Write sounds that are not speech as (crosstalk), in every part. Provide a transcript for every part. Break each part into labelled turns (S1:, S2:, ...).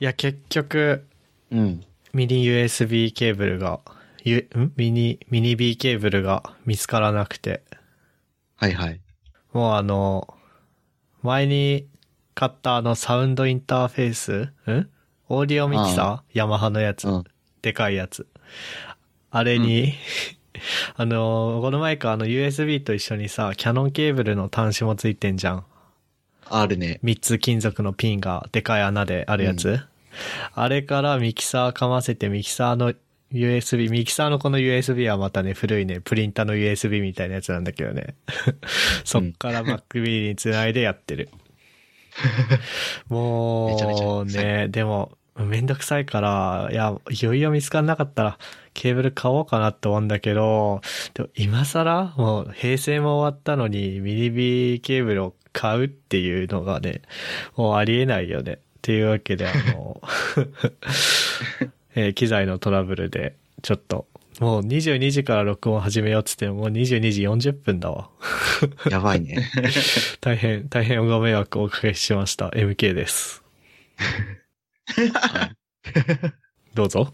S1: いや、結局、
S2: うん。
S1: ミニ USB ケーブルが、ゆんミニ、ミニ B ケーブルが見つからなくて。
S2: はいはい。
S1: もうあの、前に買ったあのサウンドインターフェースんオーディオミキサーヤマハのやつ、
S2: うん
S1: でかいやつ。あれに、 (laughs) あの、この前かあの USB と一緒にさ、キャノンケーブルの端子もついてんじゃん。
S2: あるね。
S1: 三つ金属のピンがでかい穴であるやつ、
S2: う
S1: あれからミキサーかませてミキサーの USB、ミキサーのこの USB はまたね、古いね、プリンターの USB みたいなやつなんだけどね。 (laughs) そっから MacB につないでやってる。
S2: めちゃめちゃ
S1: もう
S2: めんどくさ
S1: ね、でも、めんどくさいから、いや、いよいよ見つからなかったら、ケーブル買おうかなって思うんだけど、でも今更もう平成も終わったのにミニビーケーブルを買うっていうのがね、もうありえないよね。っていうわけで、あ
S2: (laughs)
S1: の、えー機材のトラブルで、ちょっと、もう22時から録音始めようっつっても、もう22時40分だわ。
S2: やばい (laughs) ね。
S1: 大変、大変ご迷惑をおかけしました。MK です。どうぞ。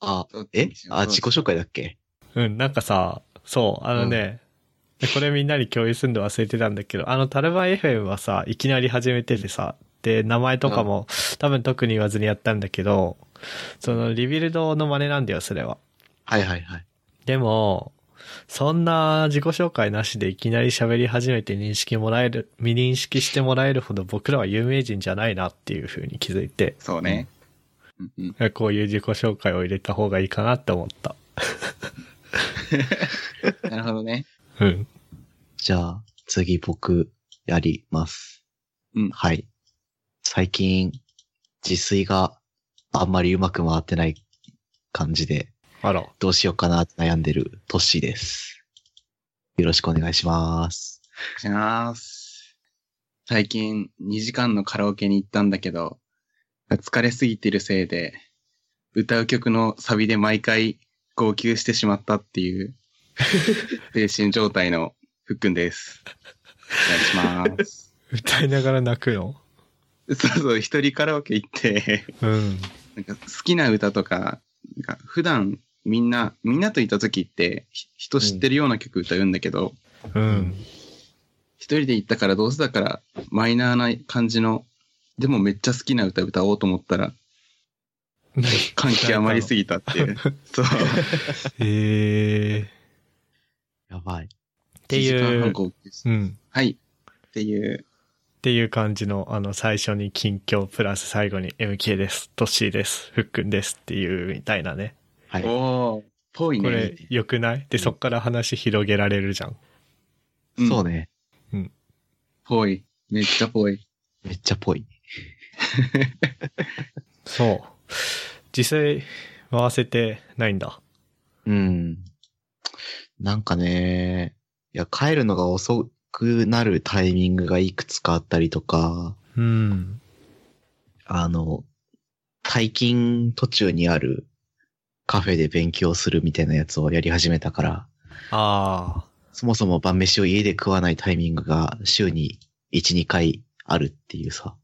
S2: あ、えあ、自己紹介だっけ
S1: うん、なんかさ、そう、あのね、でこれみんなに共有するの忘れてたんだけど、あの、タルバン FM はさ、いきなり始めててさ、で、名前とかも、多分特に言わずにやったんだけど、その、リビルドの真似なんだよ、それは。
S2: はいはいはい。
S1: でも、そんな自己紹介なしでいきなり喋り始めて認識もらえる、未認識してもらえるほど僕らは有名人じゃないなっていう風に気づいて、
S3: そうね。うんうん。
S1: こういう自己紹介を入れた方がいいかなって思った。
S3: なるほどね。
S1: うん。
S2: じゃあ、次僕、やります。
S3: うん
S2: はい。最近、自炊があんまりうまく回ってない感じで、
S1: あら。
S2: どうしようかなって悩んでるトッシーです。よろしくお願いします。
S3: します。最近2時間のカラオケに行ったんだけど、疲れすぎてるせいで、歌う曲のサビで毎回号泣してしまったっていう (laughs) 精神状態のふっくんです。お願いします。
S1: 歌いながら泣くの
S3: そうそう、一人カラオケ行って、
S1: うん。
S3: なんか好きな歌とか、なんか普段みんな、みんなといた時ってひ人知ってるような曲歌うんだけど、
S1: うん。
S3: 一人で行ったからどうせだからマイナーな感じの、でもめっちゃ好きな歌歌おうと思ったら、
S1: (laughs)
S3: 感極まりすぎたっていう。そう。っ
S1: えー。っ
S2: やばい。
S1: ていう、
S3: う、
S1: うんん。
S3: はい。っていう、
S1: っていう感じの、あの、最初に近況プラス最後に MK です、トッシーです、ふっくんですっていうみたいなね。
S2: はい。
S3: おおーぽい
S1: こ
S3: ね。
S1: れ、良くないで、そっから話広げられるじゃん。
S3: うん
S2: そうね。
S3: ぽい。めっちゃぽい。
S2: めっちゃぽい。
S1: そう。実際、回せてないんだ。
S2: うん。なんかね、いや、帰るのが遅くなるタイミングがいくつかあったりとか、
S1: うん。
S2: あの、退勤途中にあるカフェで勉強するみたいなやつをやり始めたから、
S1: ああ。
S2: そもそも晩飯を家で食わないタイミングが週に1、2回あるっていうさ。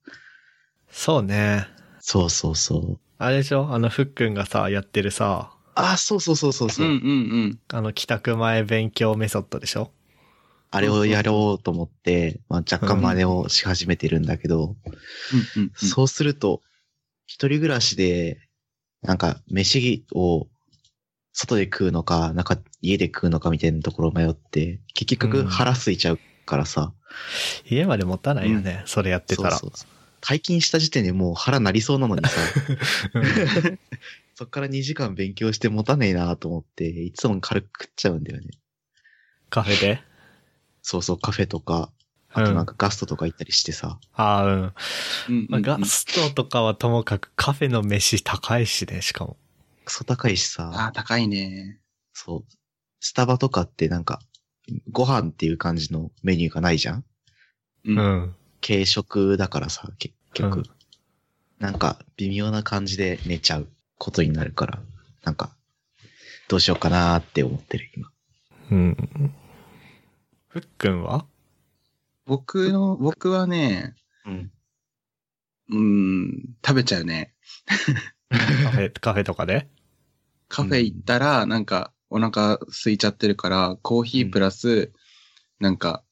S1: そうね。
S2: そうそうそう。
S1: あれでしょあの、ふっくんがさ、やってるさ、
S2: あ、そうそうそうそう
S3: う
S2: そ
S3: ん
S2: う、
S3: うんうん。
S1: あの、帰宅前勉強メソッドでしょ
S2: あれをやろうと思って、まあ、若干真似をし始めてるんだけど、
S3: うんうん、
S2: そうすると、一人暮らしで、なんか、飯を、外で食うのか、なんか、家で食うのかみたいなところを迷って、結
S1: う
S2: 局
S1: ん
S2: 腹空いちゃうからさ。
S1: 家まで持たないよね。それやってたら。
S2: そうそう退勤した時点でもう腹なりそうなのに
S1: (laughs)
S2: さ、そっから2時間勉強して持たねえなと思って、いつも軽く食っちゃうんだよね。
S1: カフェで。
S2: そうそう、カフェとか、
S1: う
S2: あとなん
S1: ん。
S2: かガストとか行ったりしてさ。
S1: ああ、うん。
S3: うんうんうん
S1: まあ、ガストとかはともかくカフェの飯高いしね、しかも。
S2: クソ高いしさ。
S3: あー、高いね。
S2: そう。スタバとかってなんか、ご飯っていう感じのメニューがないじゃん
S3: う。
S1: うんん。
S2: 軽食だからさ、結局。
S1: うん
S2: なんか、微妙な感じで寝ちゃうことになるから、なんか、どうしようかなーって思ってる、今。
S1: うん。ふっくんは
S3: 僕の、僕はね、
S2: うん。
S3: うん、食べちゃうね。
S1: カフェ、カフェとかで
S3: カフェ行ったら、なんか、お腹空いちゃってるから、コーヒープラス、なんか、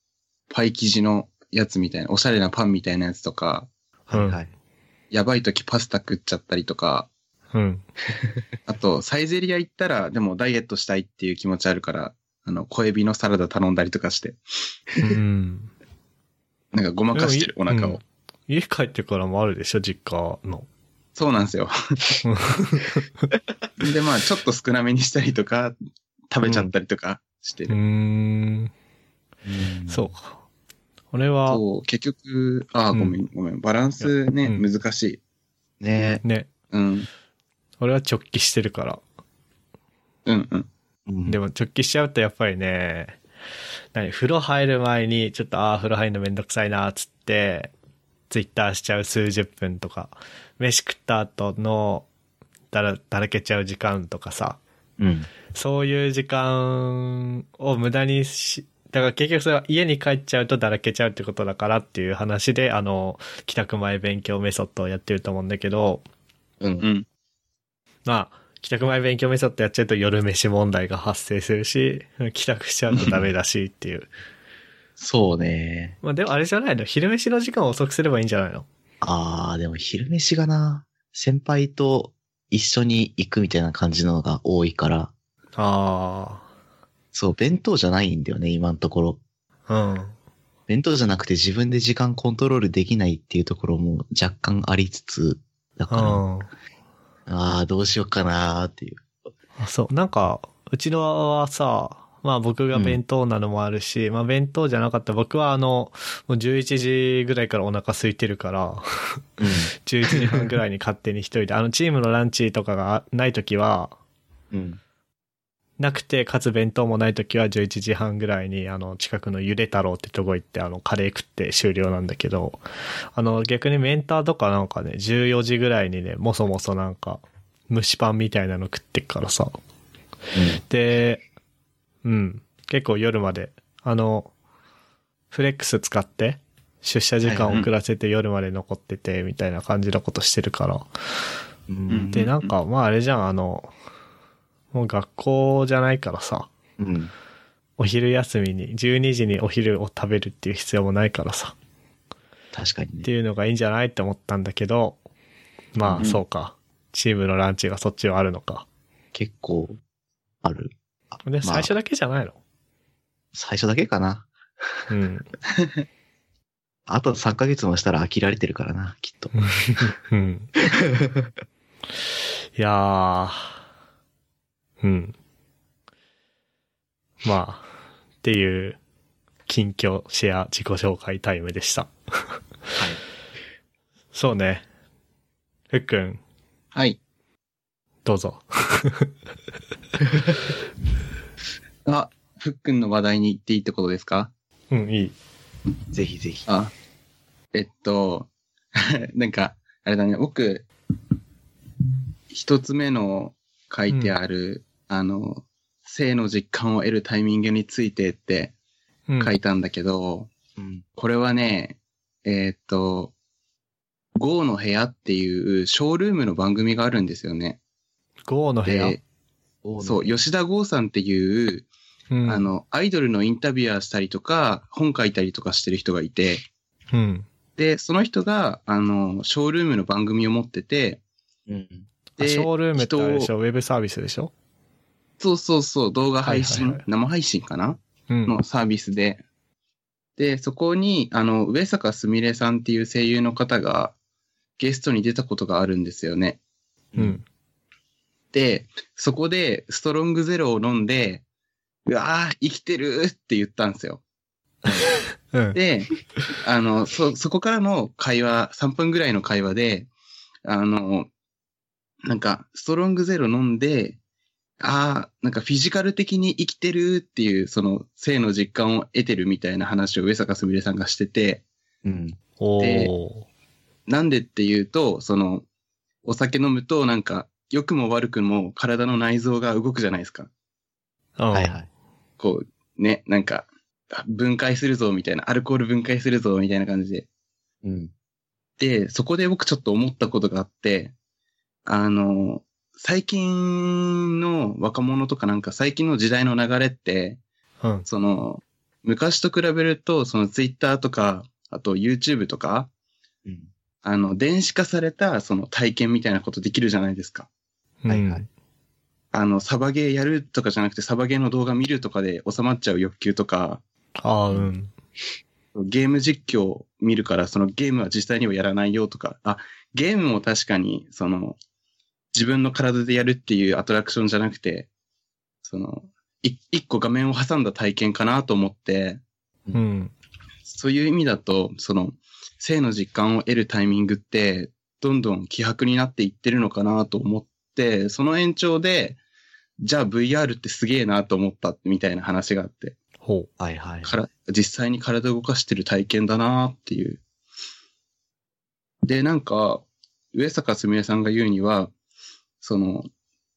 S3: パイ生地のやつみたいな、おしゃれなパンみたいなやつとか、
S1: うん
S2: はい。
S3: やばい時パスタ食っちゃったりとか、
S1: うん。
S3: あと、サイゼリア行ったら、でもダイエットしたいっていう気持ちあるから、あの、小エビのサラダ頼んだりとかして、
S1: うん。
S3: なんかごまかしてる、お
S1: でもい
S3: 腹を。
S1: うん家帰ってからもあるでしょ、実家の。
S3: そうなんで
S1: (laughs)
S3: すよ。で、まあ、ちょっと少なめにしたりとか、食べちゃったりとかして
S1: うー
S3: る。
S1: ん。そうか。俺は、
S3: そう、結局、ああ、
S1: うん
S3: ごめん、ごめん。バランスね、
S1: いやうん
S3: 難しい。
S2: うん。ね
S1: ね、
S3: うん、
S1: 俺は直帰してるから。
S3: うん、うん。
S2: え。うん
S1: でも直帰しちゃうとやっぱりね、何、風呂入る前に、ちょっと、ああ、風呂入るのめんどくさいな、つって、ツイッターしちゃう数十分とか、飯食った後の、だら、だらけちゃう時間とかさ、
S2: うん。
S1: そういう時間を無駄にし、だから結局それは家に帰っちゃうとだらけちゃうってことだからっていう話で、あの、帰宅前勉強メソッドをやってると思うんだけど、
S2: うん。
S3: うん。
S1: まあ、帰宅前勉強メソッドやっちゃうと夜飯問題が発生するし、 (laughs) 帰宅しちゃうとダメだしっていう。
S2: そうね。
S1: まあでもあれじゃないの昼飯の時間を遅くすればいいんじゃないの
S2: あー、でも昼飯がな、先輩と一緒に行くみたいな感じのが多いから、
S1: あ
S2: そう、弁当じゃないんだよね、今のところ。
S1: あ。うん。
S2: 弁当じゃなくて自分で時間コントロールできないっていうところも若干ありつつ、だから、
S1: うん。
S2: ああ、どうしようかなーっていう。
S1: あそう、なんか、うちのはさ、まあ僕が弁当なのもあるし、まあ弁当じゃなかった僕はあの、もう11時ぐらいからお腹空いてるから、11時半ぐらいに勝手に一人で、あのチームのランチとかがない時は、
S2: うん。うん。
S1: なくて、かつ弁当もない時は11時半ぐらいに、あの、近くのゆで太郎ってとこ行って、あの、カレー食って終了なんだけど、あの、逆にメンターとかなんかね、14時ぐらいにね、もそもそなんか、蒸しパンみたいなの食ってっからさ。で、うん、結構夜まで、あの、フレックス使って、出社時間を遅らせて夜まで残ってて、みたいな感じのことしてるから。
S2: うん。
S3: うん
S1: で、なんか、まああれじゃん、あの、もう学校じゃないからさ、
S2: うん。
S1: お昼休みに、12時にお昼を食べるっていう必要もないからさ、
S2: 確かに
S1: って
S2: ね。
S1: いうのがいいんじゃないって思ったんだけど、ま
S3: う
S1: あ
S3: ん
S1: そうか。チームのランチがそっちはあるのか。
S2: 結構、ある。あ
S1: で、最初
S2: まあ
S1: だけじゃないの、
S2: 最初だけかな。
S1: うん。
S2: あと3ヶ月もしたら飽きられてるからな、きっと。
S1: うん。 (laughs) いやー。うん。まあ、っていう、近況シェア自己紹介タイムでした。
S2: はい。
S1: (laughs) そうね。ふっくん、
S3: はい。
S1: どうぞ。
S3: あ、ふっくんの話題に行っていいってことですか
S1: うん、いい。
S2: ぜひぜひ。
S3: あ、えっと、 (laughs) なんか、あれだね、僕、一つ目の書いてある、あの、性の実感を得るタイミングについてって
S1: うん
S3: 書いたんだけど、
S2: うん。
S3: これはね、えーっと、GO の部屋っていうショールームの番組があるんですよね。
S1: GO の部屋。
S3: で、そう、吉田剛さんっていう、
S1: うん
S3: あ、の、アイドルのインタビュアーしたりとか、本書いたりとかしてる人がいて、
S1: うん。
S3: で、その人が、あの、ショールームの番組を持ってて、
S2: うん。
S1: あ
S3: で
S1: ショールームってあれでし
S3: 人を
S1: ょウェブサービスでしょ
S3: そうそうそう、動画配
S1: は
S3: 信、
S1: いはいはい
S3: 生配信かな
S1: うん。
S3: のサービスで。で、そこに、あの、上坂すみれさんっていう声優の方が、ゲストに出たことがあるんですよね。
S1: うん。
S3: で、そこでストロングゼロを飲んで、うわー、生きてるって言ったんですよ。
S1: うん。
S3: で、あの、そ、そこからの会話、3分ぐらいの会話で、あの、なんか、ストロングゼロ飲んで、ああ、なんかフィジカル的に生きてるっていう、その、性の実感を得てるみたいな話を上坂すみれさんがしてて、
S2: うん。
S1: お
S3: で
S1: ー。
S3: なんでっていうと、その、お酒飲むと、なんか、良くも悪くも体の内臓が動くじゃないですか。
S1: うん
S2: はいはい。
S3: こう、ね、なんか、あ分解するぞみたいな、アルコール分解するぞみたいな感じで。
S2: うん。
S3: で、そこで僕ちょっと思ったことがあって、あの、最近の若者とかなんか最近の時代の流れって、
S1: うん。
S3: その、昔と比べると、その Twitter とか、あと YouTube とか、
S2: うん。
S3: あの、電子化されたその体験みたいなことできるじゃないですか。
S2: はいはい
S1: うん
S3: あの、サバゲーやるとかじゃなくて、サバゲーの動画見るとかで収まっちゃう欲求とか、
S1: ああ、うん。
S3: ゲーム実況を見るから、そのゲームは実際にはやらないよとか、あ、ゲームも確かに、その、自分の体でやるっていうアトラクションじゃなくて、その、い一個画面を挟んだ体験かなと思って、
S1: うん。
S3: そういう意味だと、その、性の実感を得るタイミングって、どんどん希薄になっていってるのかなと思って、その延長で、じゃあ VR ってすげえなと思ったみたいな話があって、
S1: ほう。
S2: はいはい。
S3: から実際に体を動かしてる体験だなっていう。で、なんか、上坂すみれさんが言うには、その、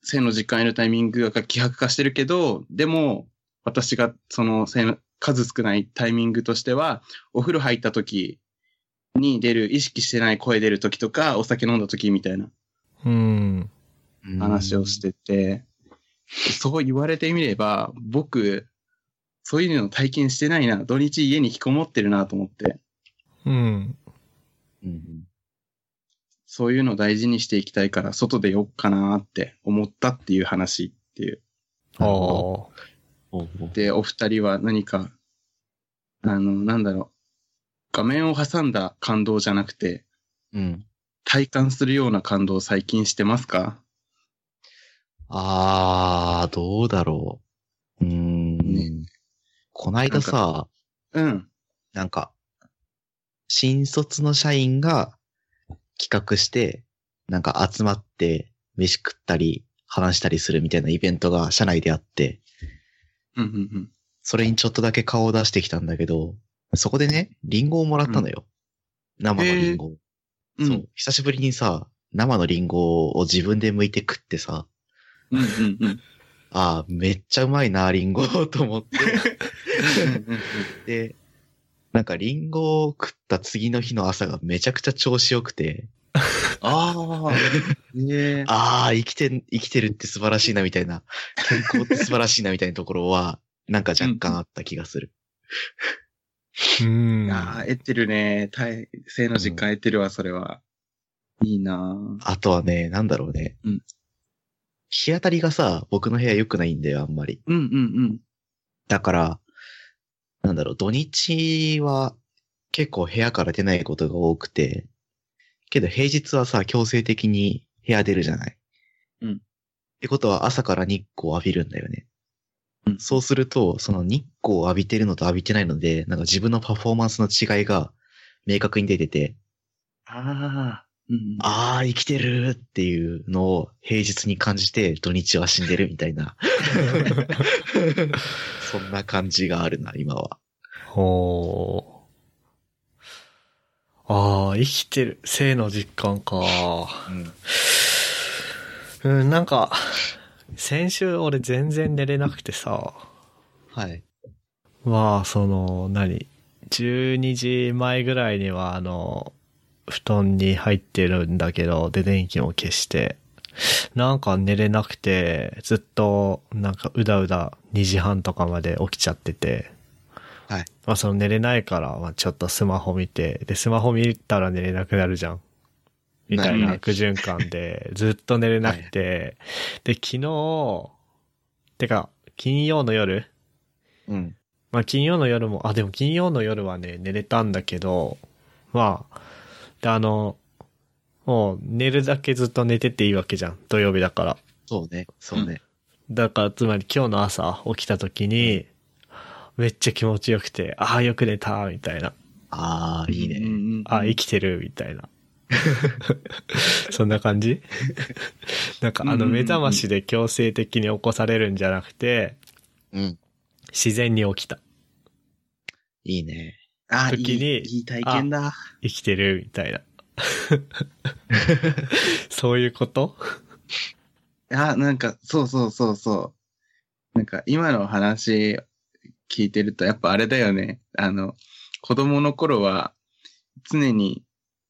S3: 性の実感へのタイミングが希薄化してるけど、でも、私がその性の数少ないタイミングとしては、お風呂入った時に出る、意識してない声出る時とか、お酒飲んだ時みたいな
S1: うん。
S2: うん
S3: 話をしてて、そう言われてみれば、僕、そういうの体験してないな、土日家に引きこもってるなと思って、
S1: うん。
S2: うん
S3: そういうの大事にしていきたいから、外でよっかなって思ったっていう話っていう。
S1: ああ。
S2: うん。おうおう
S3: で、お二人は何か、あの、なんだろう、画面を挟んだ感動じゃなくて、
S2: うん。
S3: 体感するような感動を最近してますか
S2: あー、どうだろう。うーん。こないださ、
S3: うん。
S2: なんか、新卒の社員が企画して、なんか集まって飯食ったり話したりするみたいなイベントが社内であって、
S3: うん、うん、
S2: それにちょっとだけ顔を出してきたんだけど、そこでね、リンゴをもらったのよ。生のリンゴを。
S3: うん。
S2: そう。。久しぶりにさ、生のリンゴを自分で剥いて食ってさ、
S3: うん、うん、うん。
S2: ああ、めっちゃうまいな、リンゴと思って。
S3: (laughs)
S2: で、なんかリンゴを食った次の日の朝がめちゃくちゃ調子良くて、
S3: あ (laughs) (laughs) あ、ええ
S2: ああ、生きてん、生きてるって素晴らしいな、みたいな。健康って素晴らしいな、みたいなところは、なんか若干あった気がする。
S1: うん。
S3: ああ、得てるね。体、性の実感得てるわ、それは。いいなぁ
S2: あとはね、なんだろうね。
S3: うん
S2: 日当たりがさ、僕の部屋良くないんだよ、あんまり。
S3: うんうん
S2: だから、なんだろう、土日は結構部屋から出ないことが多くて、けど平日はさ、強制的に部屋出るじゃない。
S3: うん
S2: ってことは朝から日光を浴びるんだよね。
S3: うん
S2: そうすると、その日光を浴びてるのと浴びてないので、なんか自分のパフォーマンスの違いが明確に出てて、
S3: うん。ああ、うん。
S2: あー、生きてるっていうのを平日に感じて、土日は死んでるみたい
S3: (laughs)
S2: な。 (laughs) そんな感じがあるな、今は。
S1: ほう。ああ、生きてる。性の実感か。
S2: うん。
S1: うん、なんか、先週俺全然寝れなくてさ。
S2: はい。
S1: まあ、その、何 ?12 時前ぐらいには、あの、布団に入ってるんだけど、で、電気も消して、なんか寝れなくて、ずっと、なんかうだうだ2時半とかまで起きちゃってて、
S2: はい。
S1: まあ、その寝れないから、まあ、ちょっとスマホ見て、で、スマホ見たら寝れなくなるじゃん。みたい
S3: な
S1: な
S3: るね
S1: 悪循環で、ずっと寝れなくて、で、昨日、てか、金曜の夜、
S2: うん。
S1: まあ金曜の夜も、あ、でも金曜の夜はね、寝れたんだけど、まあ、で、あの、もう寝るだけずっと寝てていいわけじゃん。土曜日だから。
S2: そうね。そうね。
S1: だから、つまり今日の朝起きた時に、めっちゃ気持ちよくて、ああ、よく寝た、みたいな。
S2: あー、いい
S3: うん
S2: ね。
S3: うんうん
S1: ああ、生きてる、みたいな。 (laughs) そんな感 (laughs) じなんかあの、目覚ましで強制的に起こされるんじゃなくて、
S2: うん。
S1: 自然に起きた。
S2: いいね。
S3: あー
S1: 時に
S3: いいいい体験だ。
S1: 生きてるみた (laughs) いな。そういうこと
S3: あ、なんか、そうそうそうそう。なんか、今の話聞いてると、やっぱあれだよね。あの、子供の頃は、常に、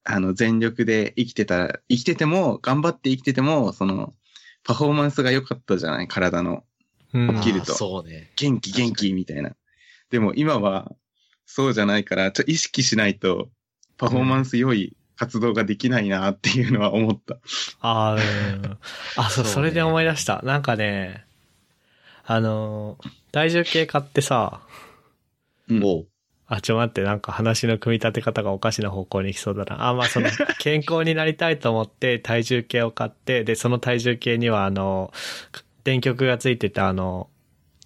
S3: あの、全力で生きてたら、生きてても、頑張って生きてても、その、パフォーマンスが良かったじゃない体の。
S1: うん
S2: あー
S3: 切ると
S2: そうね。
S3: 元気
S2: 確かに
S3: 元気みたいな。でも今は、そうじゃないから、ちょ、意識しないと、パフォーマンス良い活動ができないなっていうのは思った。
S1: あーうん。あ、そう、
S2: そうね
S1: それで思い出した。なんかね、あの、体重計買ってさ、
S3: うん
S2: おう
S1: あ、ちょ待って、なんか話の組み立て方がおかしな方向に行きそうだな。あ、まあその、健康になりたいと思って体重計を買って、で、その体重計にはあの、電極がついててあの、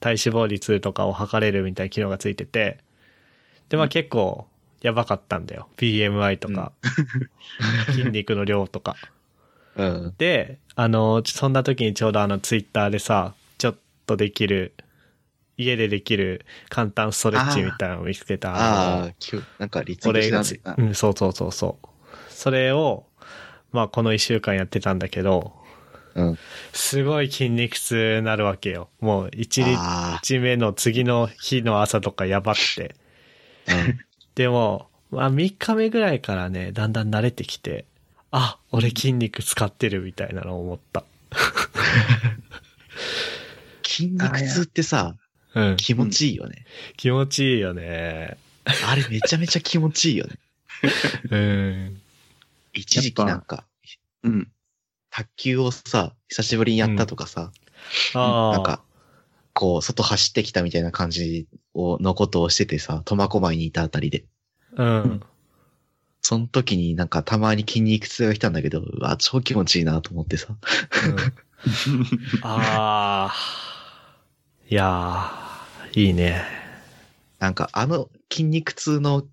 S1: 体脂肪率とかを測れるみたいな機能がついてて、で、まあ結構、やばかったんだよ。BMI とか、筋肉の量とか。
S2: うん。
S1: で、あの、そんな時にちょうどあの、ツイッターでさ、ちょっとできる、家でできる簡単ストレッチみたいなのを見つけた。の
S2: ああ、きゅなんかリツイート
S1: 俺
S2: し
S1: が
S2: た
S3: つ
S2: ね
S3: い。あ
S1: うん、そうそうそうそう。それを、まあこの一週間やってたんだけど、
S2: うん。
S1: すごい筋肉痛になるわけよ。もう一
S2: あ
S1: 日目の次の日の朝とかやばくて。
S2: あ、 (laughs) うん。
S1: でも、まあ3日目ぐらいからね、だんだん慣れてきて、あ、俺筋肉使ってるみたいなのを思った。
S2: 筋肉痛ってさ、
S1: うん。
S2: 気持ちいいよね。
S1: 気持ちいいよね。
S2: あれめちゃめちゃ気持ちいいよね。
S1: うん。
S2: 一時期なんか、
S3: (laughs) うん。
S2: 卓球をさ、久しぶりにやったとかさ、
S1: ああ。
S2: なんか、こう、外走ってきたみたいな感じを、のことをしててさ、苫小牧にいたあたりで。
S1: うん。
S2: その時になんかたまに筋肉痛が来たんだけど、うわ、超気持ちいいなと思ってさ。
S1: ああ。いやー、いいね。
S2: なんかあの筋肉痛の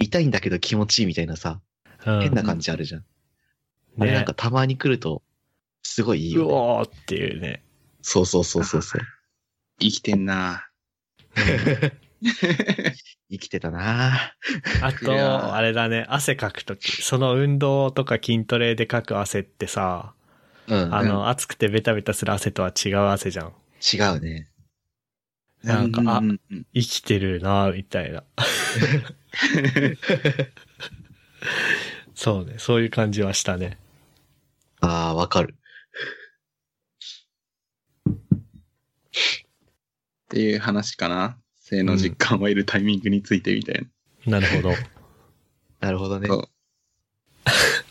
S2: 痛いんだけど気持ちいいみたいなさ、
S1: うん、
S2: 変な感じあるじゃん。あれ
S1: ね
S2: なんかたまに来ると、すごいいいうよ、ね。
S1: おーっていうね。
S2: そうそうそうそうそう。
S3: 生きてんな
S2: 生きてたな
S1: あ
S3: いやー
S1: と、あれだね、汗かくとき、その運動とか筋トレでかく汗ってさ、
S2: ぁうん。
S1: あの、暑くてベタベタする汗とは違う汗じゃん。
S2: 違うね。
S1: なんかあ
S3: うううん
S1: 生きてるなぁみたいな。そうね、そういう感じはしたね。
S2: ああ、わかる。
S3: っていう話かな。性の実感を得るタイミングについてみたいな。
S1: なるほど。
S2: なるほどね。
S3: そう。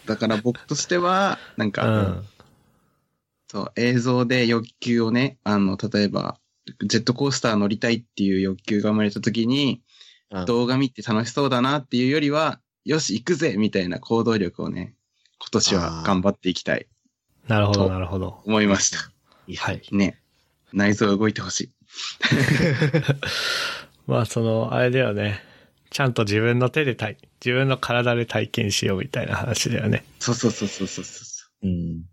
S3: だから僕としては、なん
S1: う
S3: か、
S1: ん。
S3: そう、映像で欲求をね、あの、例えば、ジェットコースター乗りたいっていう欲求が生まれた時に、
S2: うん
S3: 動画見て楽しそうだなっていうよりは、よし、行くぜみたいな行動力をね、今年は頑張っていきたい、
S1: なるほど、なるほど。
S3: 思いました。
S1: はい。
S3: ね。内臓動いてほしい。
S1: まあ、その、あれだよね。ちゃんと自分の手で体、自分の体で体験しようみたいな話だよね。
S3: そうそうそうそうそうそ
S2: うん。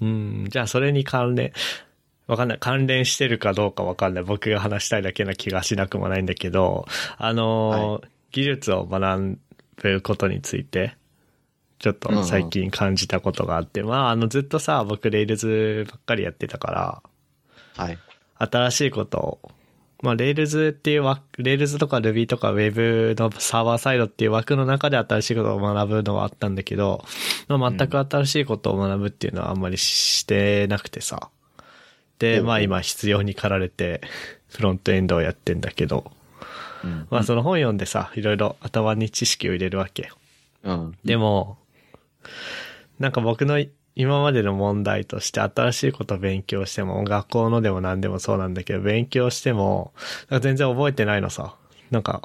S1: うん、じゃあそれに関連、わかんない。関連してるかどうかわかんない。僕が話したいだけな気がしなくもないんだけど、あのー、技術を学ぶことについて、ちょっと最近感じたことがあって、まあ、あの、ずっとさ、僕、レイルズばっかりやってたから、
S2: はい。
S1: 新しいことを、まあ、レールズっていう枠、レールズとか Ruby とか Web のサーバーサイドっていう枠の中で新しいことを学ぶのはあったんだけど、まあ、全く新しいことを学ぶっていうのはあんまりしてなくてさ。で、
S2: うん
S1: まあ今必要に駆られて、フロントエンドをやってんだけど、
S2: うん。
S1: まあその本読んでさ、いろいろ頭に知識を入れるわけよ。
S2: うん。
S1: でも、なんか僕の今までの問題として新しいことを勉強しても、学校のでも何でもそうなんだけど、勉強しても、なんか全然覚えてないのさ。なんか、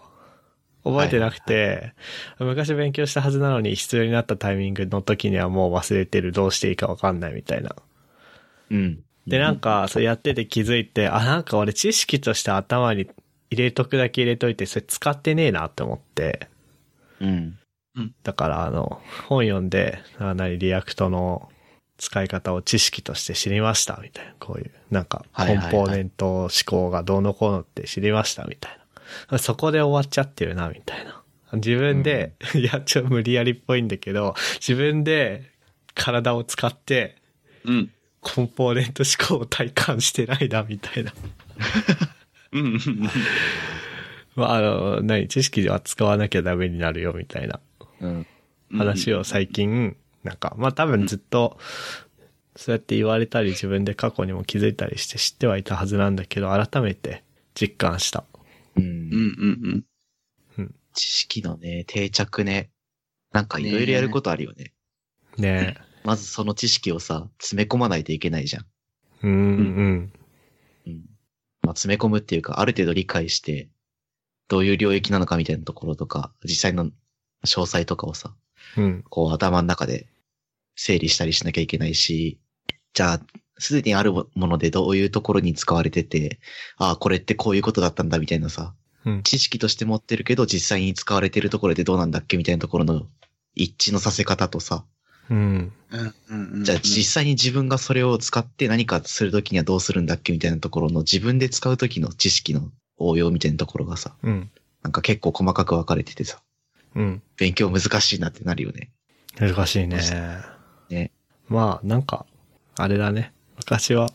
S1: 覚えてなくて、昔勉強したはずなのに必要になったタイミングの時にはもう忘れてる、どうしていいかわかんないみたいな。
S2: うん。
S1: で、なんか、そうやってて気づいて、あ、なんか俺知識として頭に入れとくだけ入れといて、それ使ってねえなって思って。
S2: うん。
S1: だから、あの、本読んで、あ何、リアクトの使い方を知識として知りました、みたいな、こういう、なんか、コ
S2: はいはい
S1: ン
S2: はい
S1: ポーネント思考がどうのこうのって知りました、みたいな。そこで終わっちゃってるな、みたいな。自分で、 (laughs) いや、ちょ、無理やりっぽいんだけど、自分で体を使って、
S3: う。うん。
S1: コンポーネント思考を体感してないな、みたいな。
S3: うんうんうん。
S1: まあ、あの、何、知識は使わなきゃダメになるよ、みたいな。
S2: うん。
S1: 話を最近、なんか、まあ多分ずっと、そうやって言われたり自分で過去にも気づいたりして知ってはいたはずなんだけど、改めて実感した。
S2: う。
S3: うんうんん
S2: 知識のね、定着ね。なんかいろいろやることあるよね。
S1: ね
S2: まずその知識をさ、詰め込まないといけないじゃん。
S1: え。うんうん。
S2: うん。まあ、詰め込むっていうか、ある程度理解して、どういう領域なのかみたいなところとか、実際の詳細とかをさ、
S1: うん。
S2: こう頭の中で整理したりしなきゃいけないし、じゃあ、すでにあるものでどういうところに使われてて、ああ、これってこういうことだったんだみたいなさ、
S1: うん
S2: 知識として持ってるけど実際に使われてるところでどうなんだっけみたいなところの一致のさせ方とさ、
S1: うん。
S3: うんうんうん。
S2: じゃあ実際に自分がそれを使って何かするときにはどうするんだっけみたいなところの自分で使うときの知識の応用みたいなところがさ、
S1: うん。
S2: なんか結構細かく分かれててさ、
S1: うん。
S2: 勉強難しいなってなるよね。
S1: 難しいね。
S2: ね
S1: まあ、なんか、あれだね。昔は、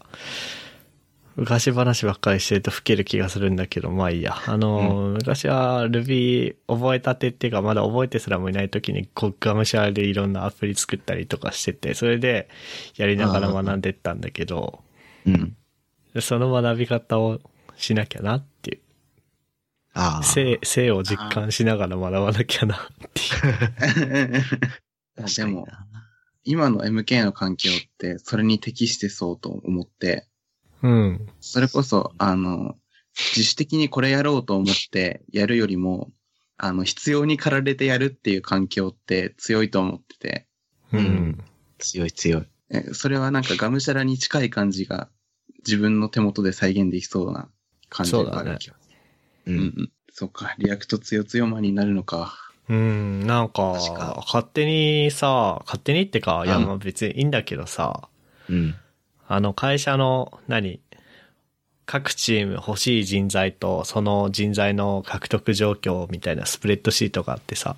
S1: 昔話ばっかりしてると老ける気がするんだけど、まあいいや。あの、昔は Ruby 覚えたてっていうか、まだ覚えてすらもいない時に、こう、がむしゃらでいろんなアプリ作ったりとかしてて、それでやりながら学んでったんだけど、
S2: うん。
S1: その学び方をしなきゃなっていう。
S2: ああ。
S1: 性、性を実感しながら学ばなきゃなっていう。
S2: 確
S3: (laughs) で
S2: かにな
S3: も今の MK の環境って、それに適してそうと思って、
S1: うん。
S3: それこそ、あの、自主的にこれやろうと思ってやるよりも、あの、必要に駆られてやるっていう環境って強いと思ってて、
S1: うん。
S2: 強い強い。
S3: えそれはなんかがむしゃらに近い感じが自分の手元で再現できそうな感じがある気がす
S2: う
S3: る。うん。うん。そうか、リアクト強強マンになるのか。
S1: うん、なんか
S2: 確か、
S1: 勝手にさ、勝手にってか、いや、
S3: うん
S1: まあ別にいいんだけどさ、
S2: うん。
S1: あの会社の、何、各チーム欲しい人材と、その人材の獲得状況みたいなスプレッドシートがあってさ、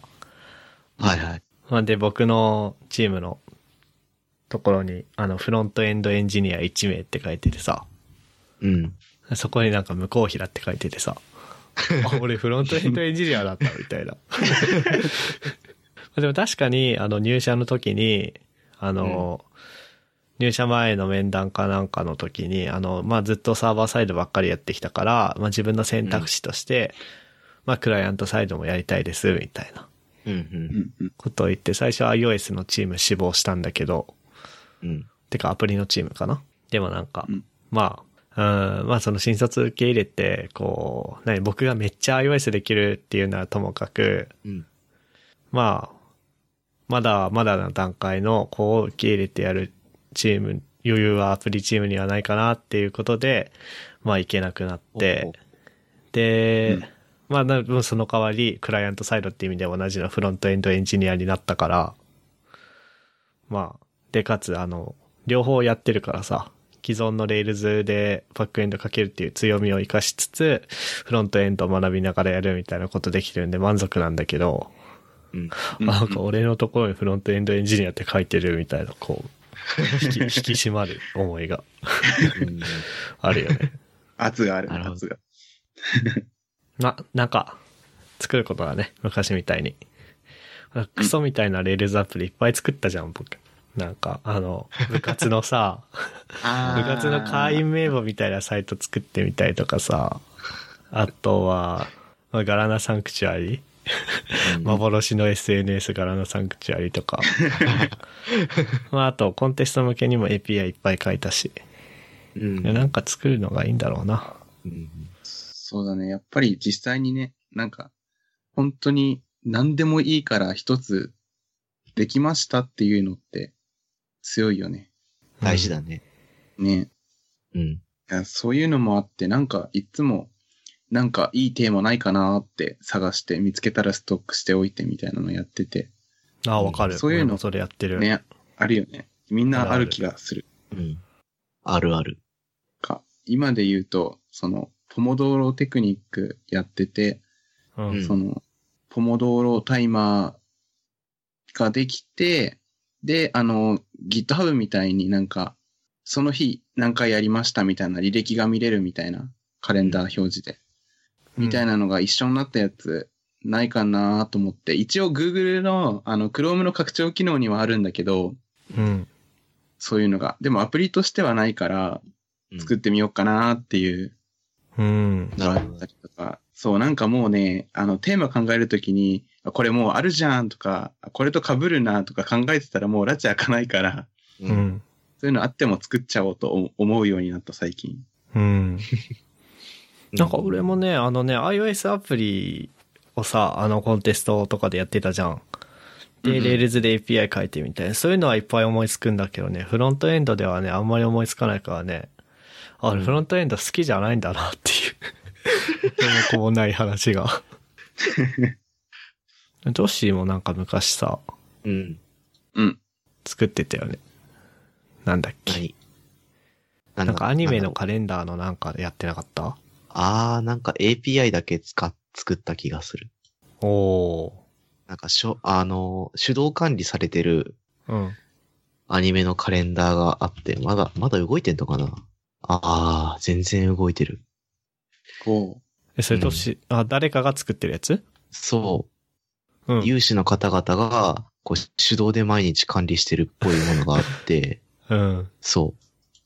S2: はいはい。
S1: まあで、僕のチームのところに、あの、フロントエンドエンジニア1名って書いててさ、
S2: うん。
S1: そこになんか向こう平って書いててさ、あ俺フロントエンドエンジニアだったみたいな。 (laughs) でも確かに、あの、入社の時に、あの、入社前の面談かなんかの時に、あの、まあ、ずっとサーバーサイドばっかりやってきたから、まあ、自分の選択肢として、まあ、クライアントサイドもやりたいです、みたいな
S2: うん
S3: う。んうん。
S1: ことを言って、最初 iOS のチーム志望したんだけど、
S2: うん。
S1: てかアプリのチームかなでもなんか、
S3: うん
S1: まあ、うん、まあその新卒受け入れて、こう、何、僕がめっちゃ iOS できるっていうのはともかく、
S2: うん。
S1: まあ、まだまだの段階の子を受け入れてやるチーム、余裕はアプリチームにはないかなっていうことで、まあいけなくなって、で、
S3: うん
S1: まあなその代わり、クライアントサイドっていう意味では同じのフロントエンドエンジニアになったから、まあ、で、かつ、あの、両方やってるからさ、既存のレールズでバックエンドかけるっていう強みを活かしつつ、フロントエンドを学びながらやるみたいなことできてるんで満足なんだけど、
S2: うん。
S3: うん
S1: なんか俺のところにフロントエンドエンジニアって書いてるみたいな、こう、引
S3: (laughs)
S1: き引き締まる思いが
S2: うん
S1: あるよね。 (laughs)
S3: 圧がある。
S2: なるほど
S3: 圧が。
S1: ま、なんか、作ることがね、昔みたいに。クソみたいなレールズアプリいっぱい作ったじゃん、僕。なんか、あの、部活のさ、
S3: あ
S1: 部活の会員名簿みたいなサイト作ってみたりとかさ、あとは、まあガラナサンクチュアリ幻の SNS 柄のサンクチュアリ
S2: (laughs)
S1: とか。まあ、あと、コンテスト向けにも API いっぱい書いたし。
S2: うん
S1: いやなんか作るのがいいんだろうな。
S2: うん
S3: そうだね。やっぱり実際にね、なんか、本当に何でもいいから一つできましたっていうのって強いよね。
S2: 大事だね。
S3: ね。
S2: うん。
S3: いやそういうのもあって、なんかいつも、なんかいいテーマないかなって探して見つけたらストックしておいてみたいなのやってて。
S1: ああ、わかる。
S3: そういうの
S1: 俺もそれやってる。
S3: ね。あるよね。みん
S1: ある
S3: な
S1: あ
S3: あ
S1: る
S3: る気がする。
S2: うん。あるある。
S3: か今で言うと、その、ポモドーロテクニックやってて、
S1: うん。
S2: うん
S3: その、ポモドーロタイマーができて、で、あの、GitHub みたいになんか、その日何回やりましたみたいな履歴が見れるみたいなカレンダー表示で、みたいなのが一緒になったやつ、ないかなと思って、一応 Google のあの Chrome の拡張機能にはあるんだけど、
S1: うん。
S3: そういうのが。でもアプリとしてはないから、作ってみようかなっていう
S1: うん。
S2: なるほ
S3: あっ
S2: ど
S3: た。りとか。そう、なんかもうね、あの、テーマ考えるときに、あこれもうあるじゃんとか、あこれと被るなとか考えてたらもう拉致開かないから、
S2: う。
S1: うんん。
S3: そういうのあっても作っちゃおうと思思うようになった最近。
S1: うん。なんか俺もね、あのね、iOS アプリをさ、あのコンテストとかでやってたじゃん。
S3: うん
S1: で、
S3: うん
S1: Rails で API 書いてみたいな。そういうのはいっぱい思いつくんだけどね、フロントエンドではね、あんまり思いつかないからね。あ、
S2: うん
S1: フロントエンド好きじゃないんだなっていう。ともこもない話が。女子もなんか昔さ、
S2: うん。
S3: うん。
S1: 作ってたよね。なんだっけ。
S2: 何な
S1: なんかアニメ
S2: なんだろ
S1: の
S2: う
S1: カレンダーのなんかやってなかった
S2: あー、なんか API だけ使っ、作った気がする。
S1: おー。
S2: なんかしょ、あの、手動管理されてる
S1: うん。
S2: アニメのカレンダーがあって、まだ、まだ動いてんのかなあー、全然動いてる。
S3: こう。
S1: え、それどうし、あ、誰かが作ってるやつ
S2: そうう。
S1: ん。
S2: 有志の方々が、こう、手動で毎日管理してるっぽいものがあって、 (laughs)
S1: うん。
S2: そう。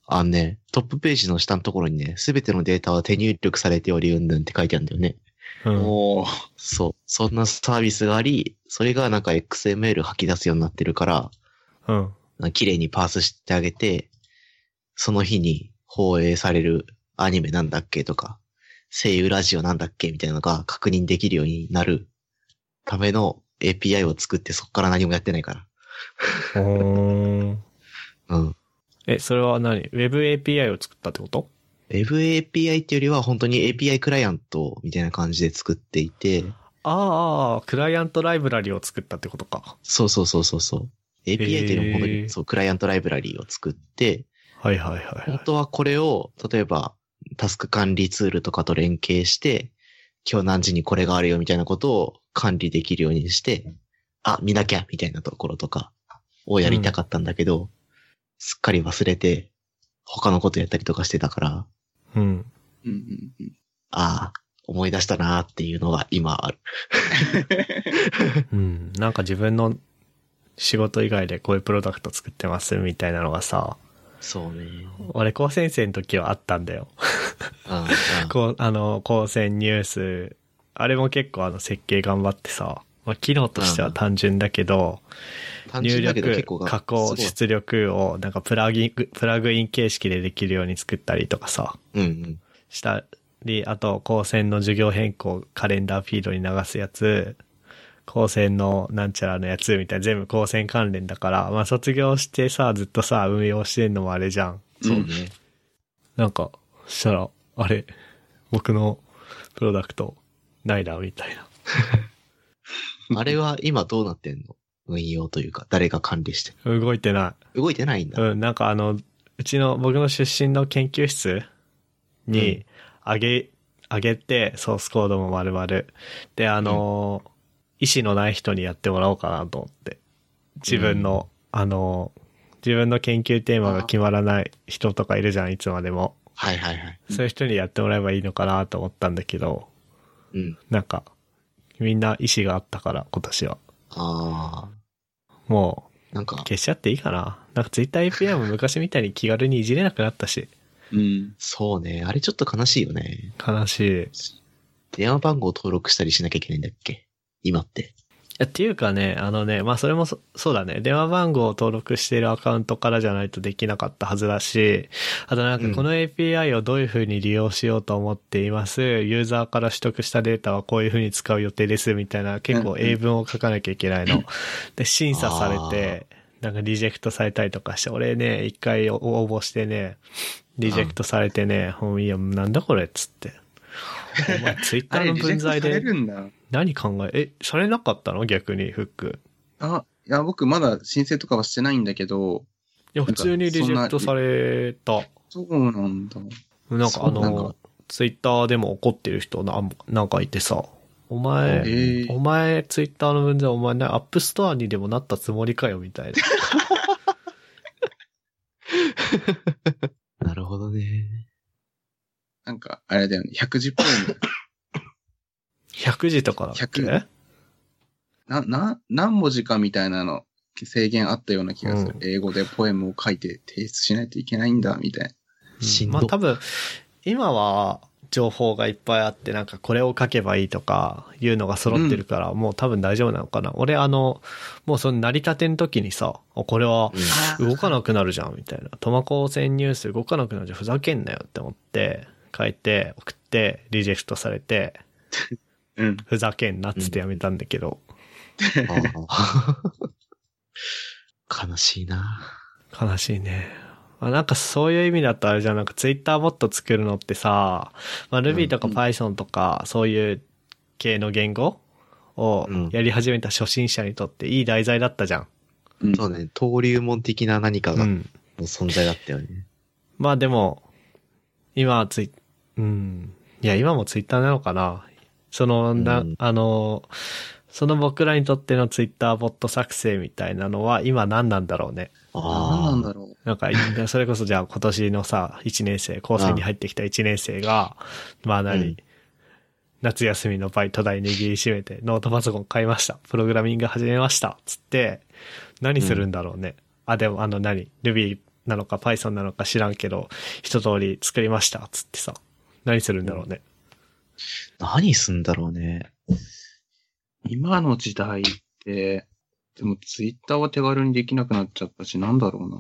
S2: あのね、トップページの下のところにね、すべてのデータは手入力されており、うんぬんって書いてあるんだよね。
S1: うん。
S3: おー
S2: そう。そんなサービスがあり、それがなんか XML 吐き出すようになってるから、
S1: うん。
S2: 綺麗にパースしてあげて、その日に放映されるアニメなんだっけとか、声優ラジオなんだっけみたいなのが確認できるようになるための API を作ってそこから何もやってないか
S1: おー
S2: ら。うん。
S1: え、それは何 ?Web API を作ったってこと
S2: Web API っていうよりは本当に API クライアントみたいな感じで作っていて、
S1: ああ、クライアントライブラリを作ったってことか。
S2: そうそうそうそうそう。API っていうのも本当
S1: へー
S2: にそう、クライアントライブラリを作って、
S1: はいはいはいは
S2: 本
S1: い。
S2: 当はこれを、例えば、タスク管理ツールとかと連携して、今日何時にこれがあるよみたいなことを管理できるようにして、あ、見なきゃみたいなところとかをやりたかったんだけど、すっかり忘れて、他のことやったりとかしてたから、
S1: うん。
S3: うんうんうん。
S2: ああ、思い出したなーっていうのが今ある。
S1: うん。なんか自分の仕事以外でこういうプロダクト作ってますみたいなのがさ、
S2: そうね。
S1: 俺高専生の時はあったんだよ。
S2: うんうん
S1: こう、あの、高専ニュース、あれも結構あの設計頑張ってさ、まあ、機能としては単純だけど、
S2: 単
S1: 入
S2: 純だけど
S1: 力
S2: 結構、が
S1: 加工、
S2: すごい
S1: 出力をなんかプラグイン、プラグイン形式でできるように作ったりとかさ、
S2: うんうん。
S1: したり、あと、高専の授業変更、カレンダーフィードに流すやつ、高専のなんちゃらのやつみたいな、全部高専関連だから、まあ卒業してさ、ずっとさ、運用してんのもあれじゃん。
S2: そうね。
S1: なんか、したら、あれ、僕のプロダクト、ないな、みたいな。
S2: あれは今どうなってんの運用というか、誰が管理してる
S1: 動いてない。
S2: 動いてないんだ。
S1: うん、なんかあの、うちの僕の出身の研究室
S2: う
S1: にあげ、あげてソースコードも丸々。で、あのー、意思のない人にやってもらおうかなと思って。自分の、あのー、自分の研究テーマが決まらない人とかいるじゃん、いつまでも。
S2: はいはいはい。
S1: そういう人にやってもらえばいいのかなと思ったんだけど、
S2: うん。
S1: なんか、みんな意思があったから、今年は。
S2: あ
S1: もう、
S2: あ、なんか、
S1: 消しちゃっていいかな。なんか Twitter API も昔みたいに気軽にいじれなくなったし、
S3: うん。
S2: そうね。あれちょっと悲しいよね。
S1: 悲しい。
S2: 電話番号登録したりしなきゃいけないんだっけ今って。
S1: いやっていうかね、あのね、まあそれもそそうだね、電話番号を登録しているアカウントからじゃないとできなかったはずだし、あとなん
S2: う
S1: か
S2: ん
S1: この API をどういうふうに利用しようと思っています、ユーザーから取得したデータはこういうふうに使う予定ですみたいな結構英文を書かなきゃいけない
S3: (laughs)
S1: の。で、審査されて、なんかリジェクトされたりとかして、俺ね、一回応募してね、リジェクトされてね、もういいや、なんだこれっつって。お
S3: (laughs)
S1: 前ツイッタ
S3: あ
S1: ー
S3: れ、
S1: の
S3: リジェ
S1: 分
S3: クトさ
S1: 際で
S3: れるんだ。
S1: 何考え、え、されなかったの逆に、フック。
S3: あ、いや、僕まだ申請とかはしてないんだけど、
S1: いや、普通にリジェクトされた。
S3: そうなんだ。
S1: なんかあ
S3: そうなんだ
S1: の、ツイッターでも怒ってる人なんなんかいてさ、お前、
S3: へえ
S1: お前、ツイッターの分際、お前ね、アップストアにでもなったつもりかよ、みたいな。
S2: なるほどね。
S3: なんか、あれだよね、110分。
S1: 100時とかだっけ
S3: 100な、な、何文字かみたいなの制限あったような気がする。
S1: うん
S3: 英語でポエムを書いて提出しないといけないんだ、みたいな。
S2: しんど
S1: まあ多分、今は情報がいっぱいあって、なんかこれを書けばいいとかいうのが揃ってるから、もう多分大丈夫なのかな。俺あの、もうその成り立ての時にさ、あこれは動かなくなるじゃんみたいな。苫小専ニュース動かなくなるじゃん。ふざけんなよって思って、書いて、送って、リジェクトされて、
S3: うん。
S1: ふざけんなっつってやめたんだけど、
S2: あー (laughs) 悲しいな。
S1: 悲しいね。まあ、なんかそういう意味だとあれじゃんなんかツイッターボット作るのってさ、まあ、Ruby とか
S3: うん
S1: Python とかそういう系の言語を
S2: うん
S1: やり始めた初心者にとっていい題材だったじゃん。
S3: うん
S2: そうね、登竜門的な何か
S1: う
S2: が、
S1: ん。
S2: の存在だったよね。
S1: まあでも、今はツイうん。いや、今もツイッターなのかな。その、な、
S2: うん
S1: あの、その僕らにとってのツイッターボット作成みたいなのは今何なんだろうね。
S2: ああ。
S3: 何なんだろ
S1: なんか、それこそじゃあ今年のさ、1年生、高専に入ってきた1年生が、まあ何、
S2: うん
S1: 夏休みのバイト代握りしめて、ノートパソコン買いました。プログラミング始めました。つって、何するんだろうね。あ、でもあの何 ?Ruby なのか Python なのか知らんけど、一通り作りました。つってさ、何するんだろうね。
S2: 何すんだろうね。
S3: う。今の時代って、でもツイッターは手軽にできなくなっちゃったし、なんだろう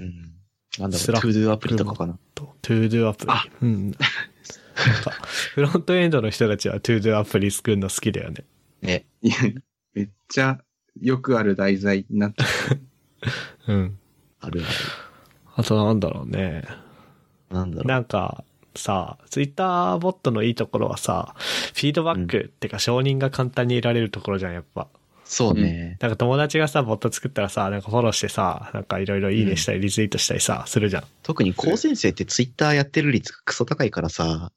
S3: な。
S2: うん。なんだろう、
S1: ス
S2: ト
S1: ラッ
S2: ゥ
S1: ク
S2: ードゥアプリとかかな。
S1: と、ToDo アプ
S3: あ
S1: リ。うん。なんか、フロントエンドの人たちは ToDo アプリ作るの好きだよね。
S2: ね。
S3: いや、めっちゃよくある題材になって
S1: うん。
S2: あるあ
S1: あとなんだろうね。
S2: る。なんだろ
S1: なんか、さ、ツイッターボットのいいところはさ、フィードバック、ってか承認が簡単に得られるところじゃん、やっぱ。
S2: う。そうね。
S1: なんか友達がさ、ボット作ったらさ、なんかフォローしてさ、なんかいろいろいいねしたり、リツイートしたりさ、するじゃん。
S2: 特に高専生ってツイッターやってる率がクソ高いからさ、
S3: うん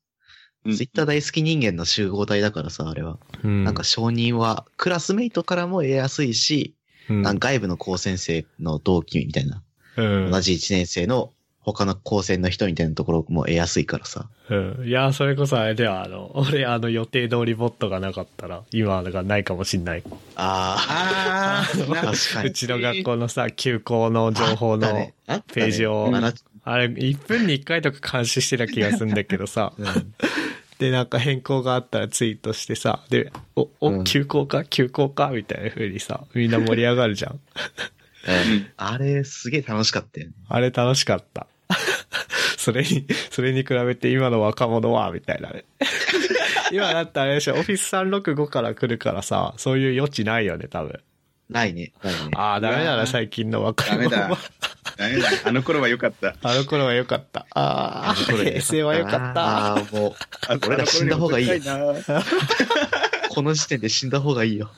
S2: ツイッター大好き人間の集合体だからさ、あれは。
S1: うん。
S2: なんか、承認はクラスメイトからも得やすいし、
S1: うん、
S2: なんか外部の高専生の同期みたいな、
S1: うん、
S2: 同じ1年生の他の高専の人みたいなところも得やすいからさ。
S1: うん。いや、それこそあれでは、あの、俺、あの予定通りボットがなかったら、今がないかもしんない。
S2: あ
S3: ああ、
S2: あ、
S3: なんか
S2: 確か
S1: (laughs) う
S2: に。
S1: ちの学校のさ、休校の情報の、あ,、ページをれ、1分に1回とか監視してた気がするんだけど (laughs) さ、で、なんか変更があったらツイートしてさ、で、お、
S2: う
S1: お、
S2: ん
S1: 休校か休校かみたいな風にさ、みんな盛り上がるじゃ
S3: (laughs)
S1: ん。
S2: あれ、すげえ楽しかったよね。
S1: あれ楽しかった。 (laughs) それに、それに比べて今の若者は、みたいな
S3: (laughs)
S1: ね。今だったらあれでしょ、オフィス365から来るからさ、そういう余地ないよね、多分。
S2: ないね。ないね。
S1: ああ、ダメだ
S3: うわ
S1: な、
S3: ー
S1: 最近の若
S3: ダ
S1: 者
S3: メ
S1: は。
S3: だ。ダメだ。あの頃は良かった。
S1: あの頃は良かった。ああ、平成は良かった。
S2: ああ、もう、
S3: あ
S2: 俺ら死んだ方がいいよ
S3: あの頃にも高な
S2: この時点で死んだ方がいいよ。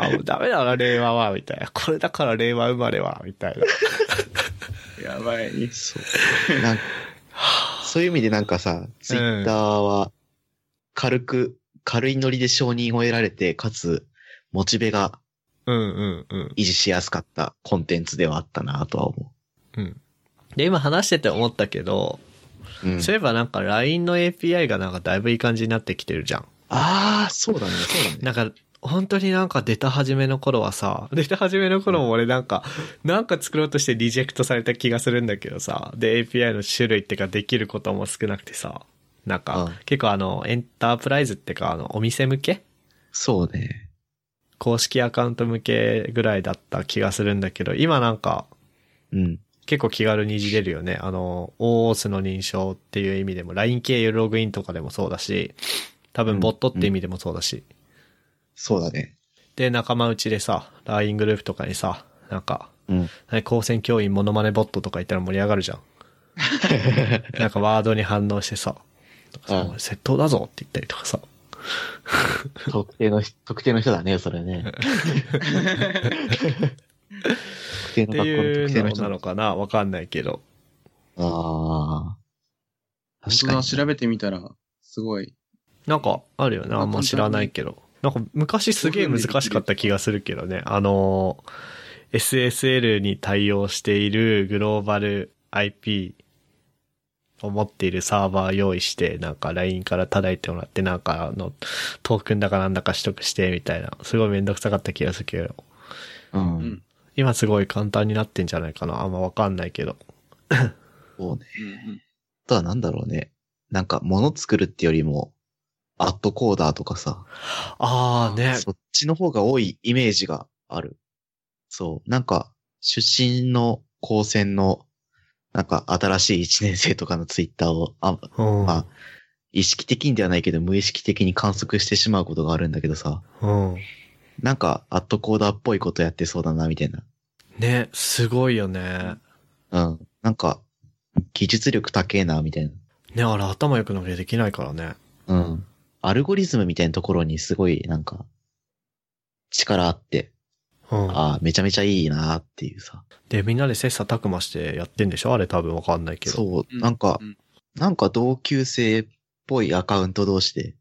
S1: あもうダメだな、令和は、みたいな。これだから令和生まれは、みたい
S2: (laughs)
S1: な。
S3: やばい。
S2: そう。なんかそういう意味でなんかさ、ツイッターは、軽く、軽いノリで承認を得られて、かつ、モチベが
S1: うんうんうん。
S2: 維持しやすかったコンテンツではあったなとは思
S1: うん。で、今話してて思ったけど、
S2: う。うん
S1: そういえばなんか LINE の API がなんかだいぶいい感じになってきてるじゃん。
S2: ああ、そうだね、そうだね。
S1: なんか、本当になんか出た始めの頃はさ、出た始めの頃も俺なんか、なんか作ろうとしてリジェクトされた気がするんだけどさ、で API の種類ってかできることも少なくてさ、なん
S2: う
S1: か
S2: ん、
S1: 結構あの、エンタープライズってかあの、お店向け
S2: そうね。
S1: 公式アカウント向けぐらいだった気がするんだけど、今なんか、
S2: うん。
S1: 結構気軽にいじれるよね。あの、OAuth の認証っていう意味でも、LINE 経由ログインとかでもそうだし、多分ボットって意味でもそうだし。
S2: そうだね。
S1: で、仲間内でさ、LINE グループとかにさ、なんか、 (laughs)
S2: うん。
S1: 何高専教員モノマネボットとか言ったら盛り上がるじ (laughs) ゃん。なんかワードに反応してさ、
S2: うん
S1: おい窃盗だぞって言ったりとかさ。
S2: 特定の人、特定の人だね、それね。
S1: っていう
S2: 特定の学校の特定の
S1: の
S2: 人
S1: なのかなわかんないけど。
S2: ああ。確か
S3: 本当
S2: に
S3: だ、。調べてみたら、すごい。
S1: なんか、あるよね。あんま知らないけど。なんか、昔すげえ難しかった気がするけどね。あのー、SSL に対応しているグローバル IP 思っているサーバー用意して、なんか LINE から叩いてもらって、なんかあの、トークンだかなんだか取得して、みたいな。すごいめんどくさかった気がするけど。
S2: うん。
S3: うん
S1: 今すごい簡単になってんじゃないかな。あんまわかんないけど。
S2: そうね。
S3: うん
S2: あとはなんだろうね。なんか物作るってよりも、アットコーダーとかさ、
S1: ああね。
S2: そっちの方が多いイメージがある。そう。なんか、出身の高専の、なんか新しい1年生とかのツイッターを、あ
S1: うん。
S2: まあ、意識的にではないけど、無意識的に観測してしまうことがあるんだけどさ、
S1: うん。
S2: なんか、アットコーダーっぽいことやってそうだな、みたいな。
S1: ね、すごいよね。
S2: うん。なんか、技術力高えな、みたい
S1: ね、あれ頭良くなきゃできないからね。
S2: な。うん。アルゴリズムみたいなところにすごい、なんか、力あって、
S1: うん。
S2: ああ、めちゃめちゃいいなっていうさ。
S1: で、みんなで切磋琢磨してやってんでしょあれ多分わかんないけど。
S2: そうう、
S3: ん
S2: なんか、
S3: うん
S2: なんか同級生っぽいアカウント同士で、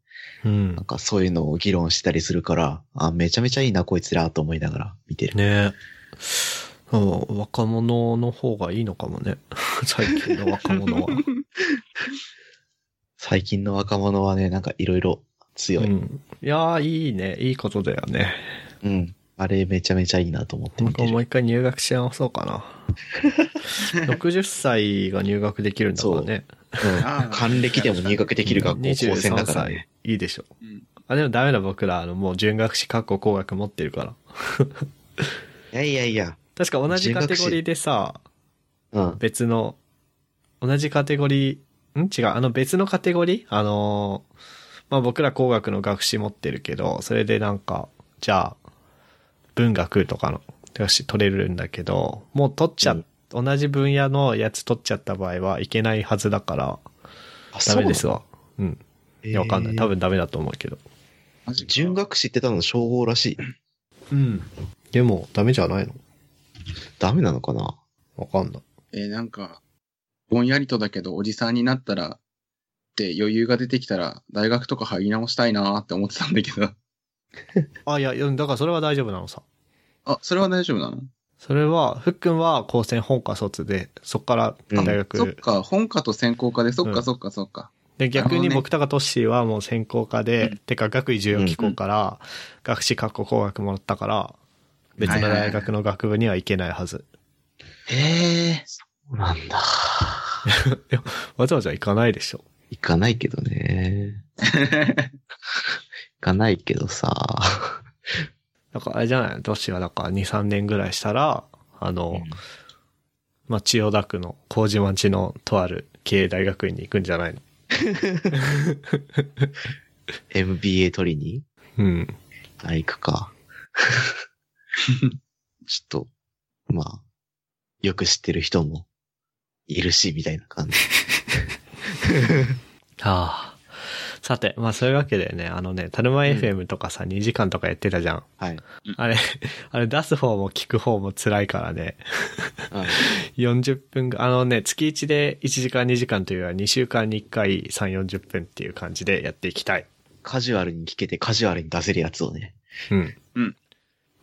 S1: う。うん
S2: なん。かそういうのを議論したりするから、あ、めちゃめちゃいいな、こいつら、と思いながら見てる。
S1: ねうん、若者の方がいいのかもね。 (laughs) 最近の若
S2: (laughs)
S1: 者は。
S2: 最近の若者はね、なんかいろいろ強
S1: う
S2: い。
S1: ん、いやー、いいね。いいことだよね。
S2: うん。あれめちゃめちゃいいなと思って見
S1: 僕
S2: て
S1: ももう
S2: る。
S1: 一回入学し直そうかな。60歳が入学できるんだからね。
S2: うん。還暦でも入学できる学校、高専だ
S1: 23
S2: から
S1: 歳、
S2: ね。
S1: いいでしょ。
S3: うん
S1: あ、でもダメだ、僕ら、あの、もう準学士、各校工学持ってるから。
S2: いやいやいや。
S1: 確か同じカテゴリーでさ、
S2: うん。
S1: 別の、同じカテゴリー、ん違う、あの別のカテゴリーあのーまあ、僕ら工学の学士持ってるけど、それでなんか、じゃあ、文学とかの学士取れるんだけど、もう取っちゃ、
S2: うん
S1: 同じ分野のやつ取っちゃった場合はいけないはずだから、
S2: あ
S1: ダメです。わ。うん。
S2: そう
S1: い
S2: な
S1: や、
S2: の
S1: わかんない。多。分ダメだと思うけど。
S3: マ
S2: え
S3: ジ
S2: ー
S3: か
S2: 準学士って多分称号らしい。
S1: うん。でも、ダメじゃないの
S2: ダメなのかな
S1: わかんない。
S3: えーなんか、ぼんやりとだけど、おじさんになったら、って余裕が出てきたら、大学とか入り直したいなーって思ってたんだけど。
S1: あ、いや、いやだからそれは大丈夫なのさ。
S3: あ、それは大丈夫なの
S1: それは、ふっくんは高専本科卒で、そっから大学、
S3: そっか、本科と専攻科で、そっ
S1: うん
S3: かそっかそっか。
S1: で、逆に
S3: なるほどね
S1: 僕とかトッシーはもう専攻科で、
S3: うん
S1: てか学位重要機構から、学士学校工学もらったから、別の
S3: はいはいは
S1: 大
S3: い
S1: 学の学部には行けないはず。
S2: へえ。そうなんだ。
S1: わざわざ行かないでしょ。
S2: 行かないけどね。行かないけどさ。
S1: だからあれじゃないトッシーはだから2、3年ぐらいしたら、あの、まあ、千代田区の麹町のとある経営大学院に行くんじゃないの
S2: MBA 取りに
S1: うん。
S2: あ、行くか。ちょっと、まあ、よく知ってる人もいるし、みたいな感じ。
S1: はあ。さて、まあそういうわけでね、あのね、タルマ FM とかさ、2時間とかやってたじゃん。
S2: はい。
S1: あれ、あれ出す方も聞く方も辛いからね。
S2: うん
S1: 40分ぐあのね、月1で1時間2時間というよりは2週間に1回3、40分っていう感じでやっていきたい。
S2: カジュアルに聞けてカジュアルに出せるやつをね。
S1: うん。
S3: うん。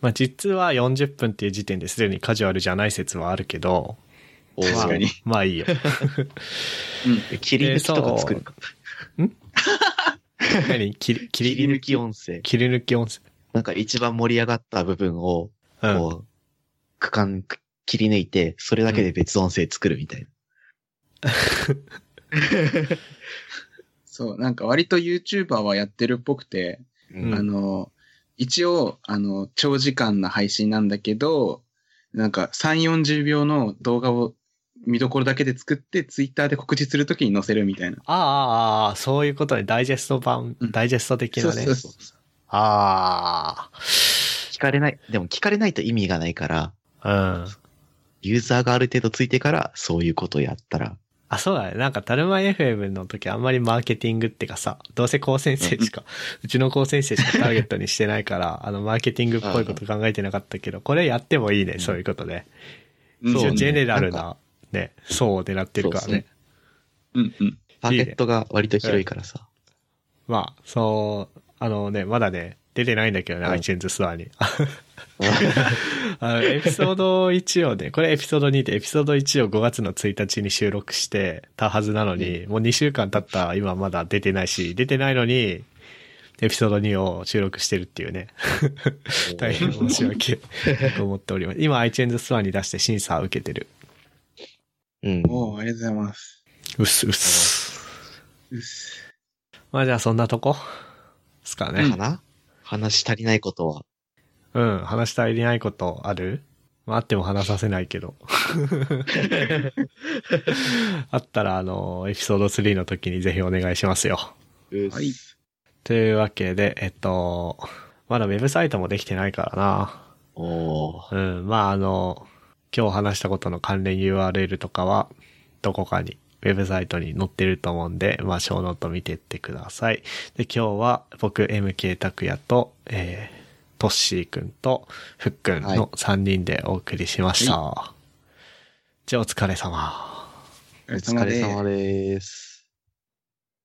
S1: まあ実は40分っていう時点ですでにカジュアルじゃない説はあるけど、
S2: お
S3: 確かに
S2: ー。
S1: まあ
S3: (laughs)
S1: いいよ。
S2: 切り抜きとか作るか。
S1: 何切り、切
S2: 切り
S1: り
S2: 抜き音声。
S1: 切り抜き音声。
S2: なんか一番盛り上がった部分を、
S1: うん。
S2: こう、区間切り抜いて、それだけで別音声作るみたいな。
S3: そう、なんか割と YouTuber はやってるっぽくて、
S1: うん
S3: あの、一応、あの、長時間な配信なんだけど、なんか3、40秒の動画を見どころだけで作って、Twitter で告知するときに載せるみたいな。
S1: ああああああ、そういうことね。ダイジェスト版、
S3: うん
S1: ダイジェスト的
S3: そ
S1: な
S3: う
S1: ね
S3: そう。そう。
S1: あ
S2: 聞かれない。でも聞かれないと意味がないから、
S1: あ。うん。
S2: ユーザーがある程度ついてから、そういうことをやったら、
S1: あ、そうだね。なんか、タルマ FM の時あんまりマーケティングってかさ、どうせ高専生しか、うちの高専生しかターゲットにしてないから、あの、マーケティングっぽいこと考えてなかったけど、これやってもいいね、
S2: うん
S1: そういうことね。
S3: うん
S2: そう
S1: 一応、
S2: ね
S1: ジェネラル
S2: な
S1: な、ね、層を狙ってるから
S2: そうで
S1: ね
S2: す。
S3: うんうん。
S2: ターゲットが割と広いからさ。
S1: まあ、そう、あのね、まだね、出てないんだけどね、
S2: うん
S1: iTunes ストアに。あの、エピソード1をね、これエピソード2で、エピソード1を5月の1日に収録してたはずなのに、もう2週間経った今まだ出てないし、出てないのに、エピソード2を収録してるっていうね、大変申し訳なく思っております。今 iTunes ストアに出して審査を受けてる。
S2: うん。
S3: おーありがとうございます。
S1: うっすうっす。
S3: うっす
S1: まあじゃあそんなとこですかね。
S2: かな話し足りないことは。
S1: うん、話したいないことあるまあ、あっても話させないけど。 (laughs) あったら、あの、エピソード3の時にぜひお願いしますよ。
S3: はい。
S1: というわけで、えっと、まだウェブサイトもできてないから
S2: おー
S1: な。うん、まあ、あの、今日話したことの関連 URL とかは、どこかに、ウェブサイトに載ってると思うんで、まあ、小ノート見てってください。で、今日は僕、MK 拓也と、えー、トッシーくんと、ふっくん
S2: はい
S1: の3人でお送りしました。じゃあ、お疲れ様。
S3: お疲
S2: お
S3: れ
S2: 疲
S3: 様
S2: れ
S3: で
S2: 様
S3: す。
S2: です。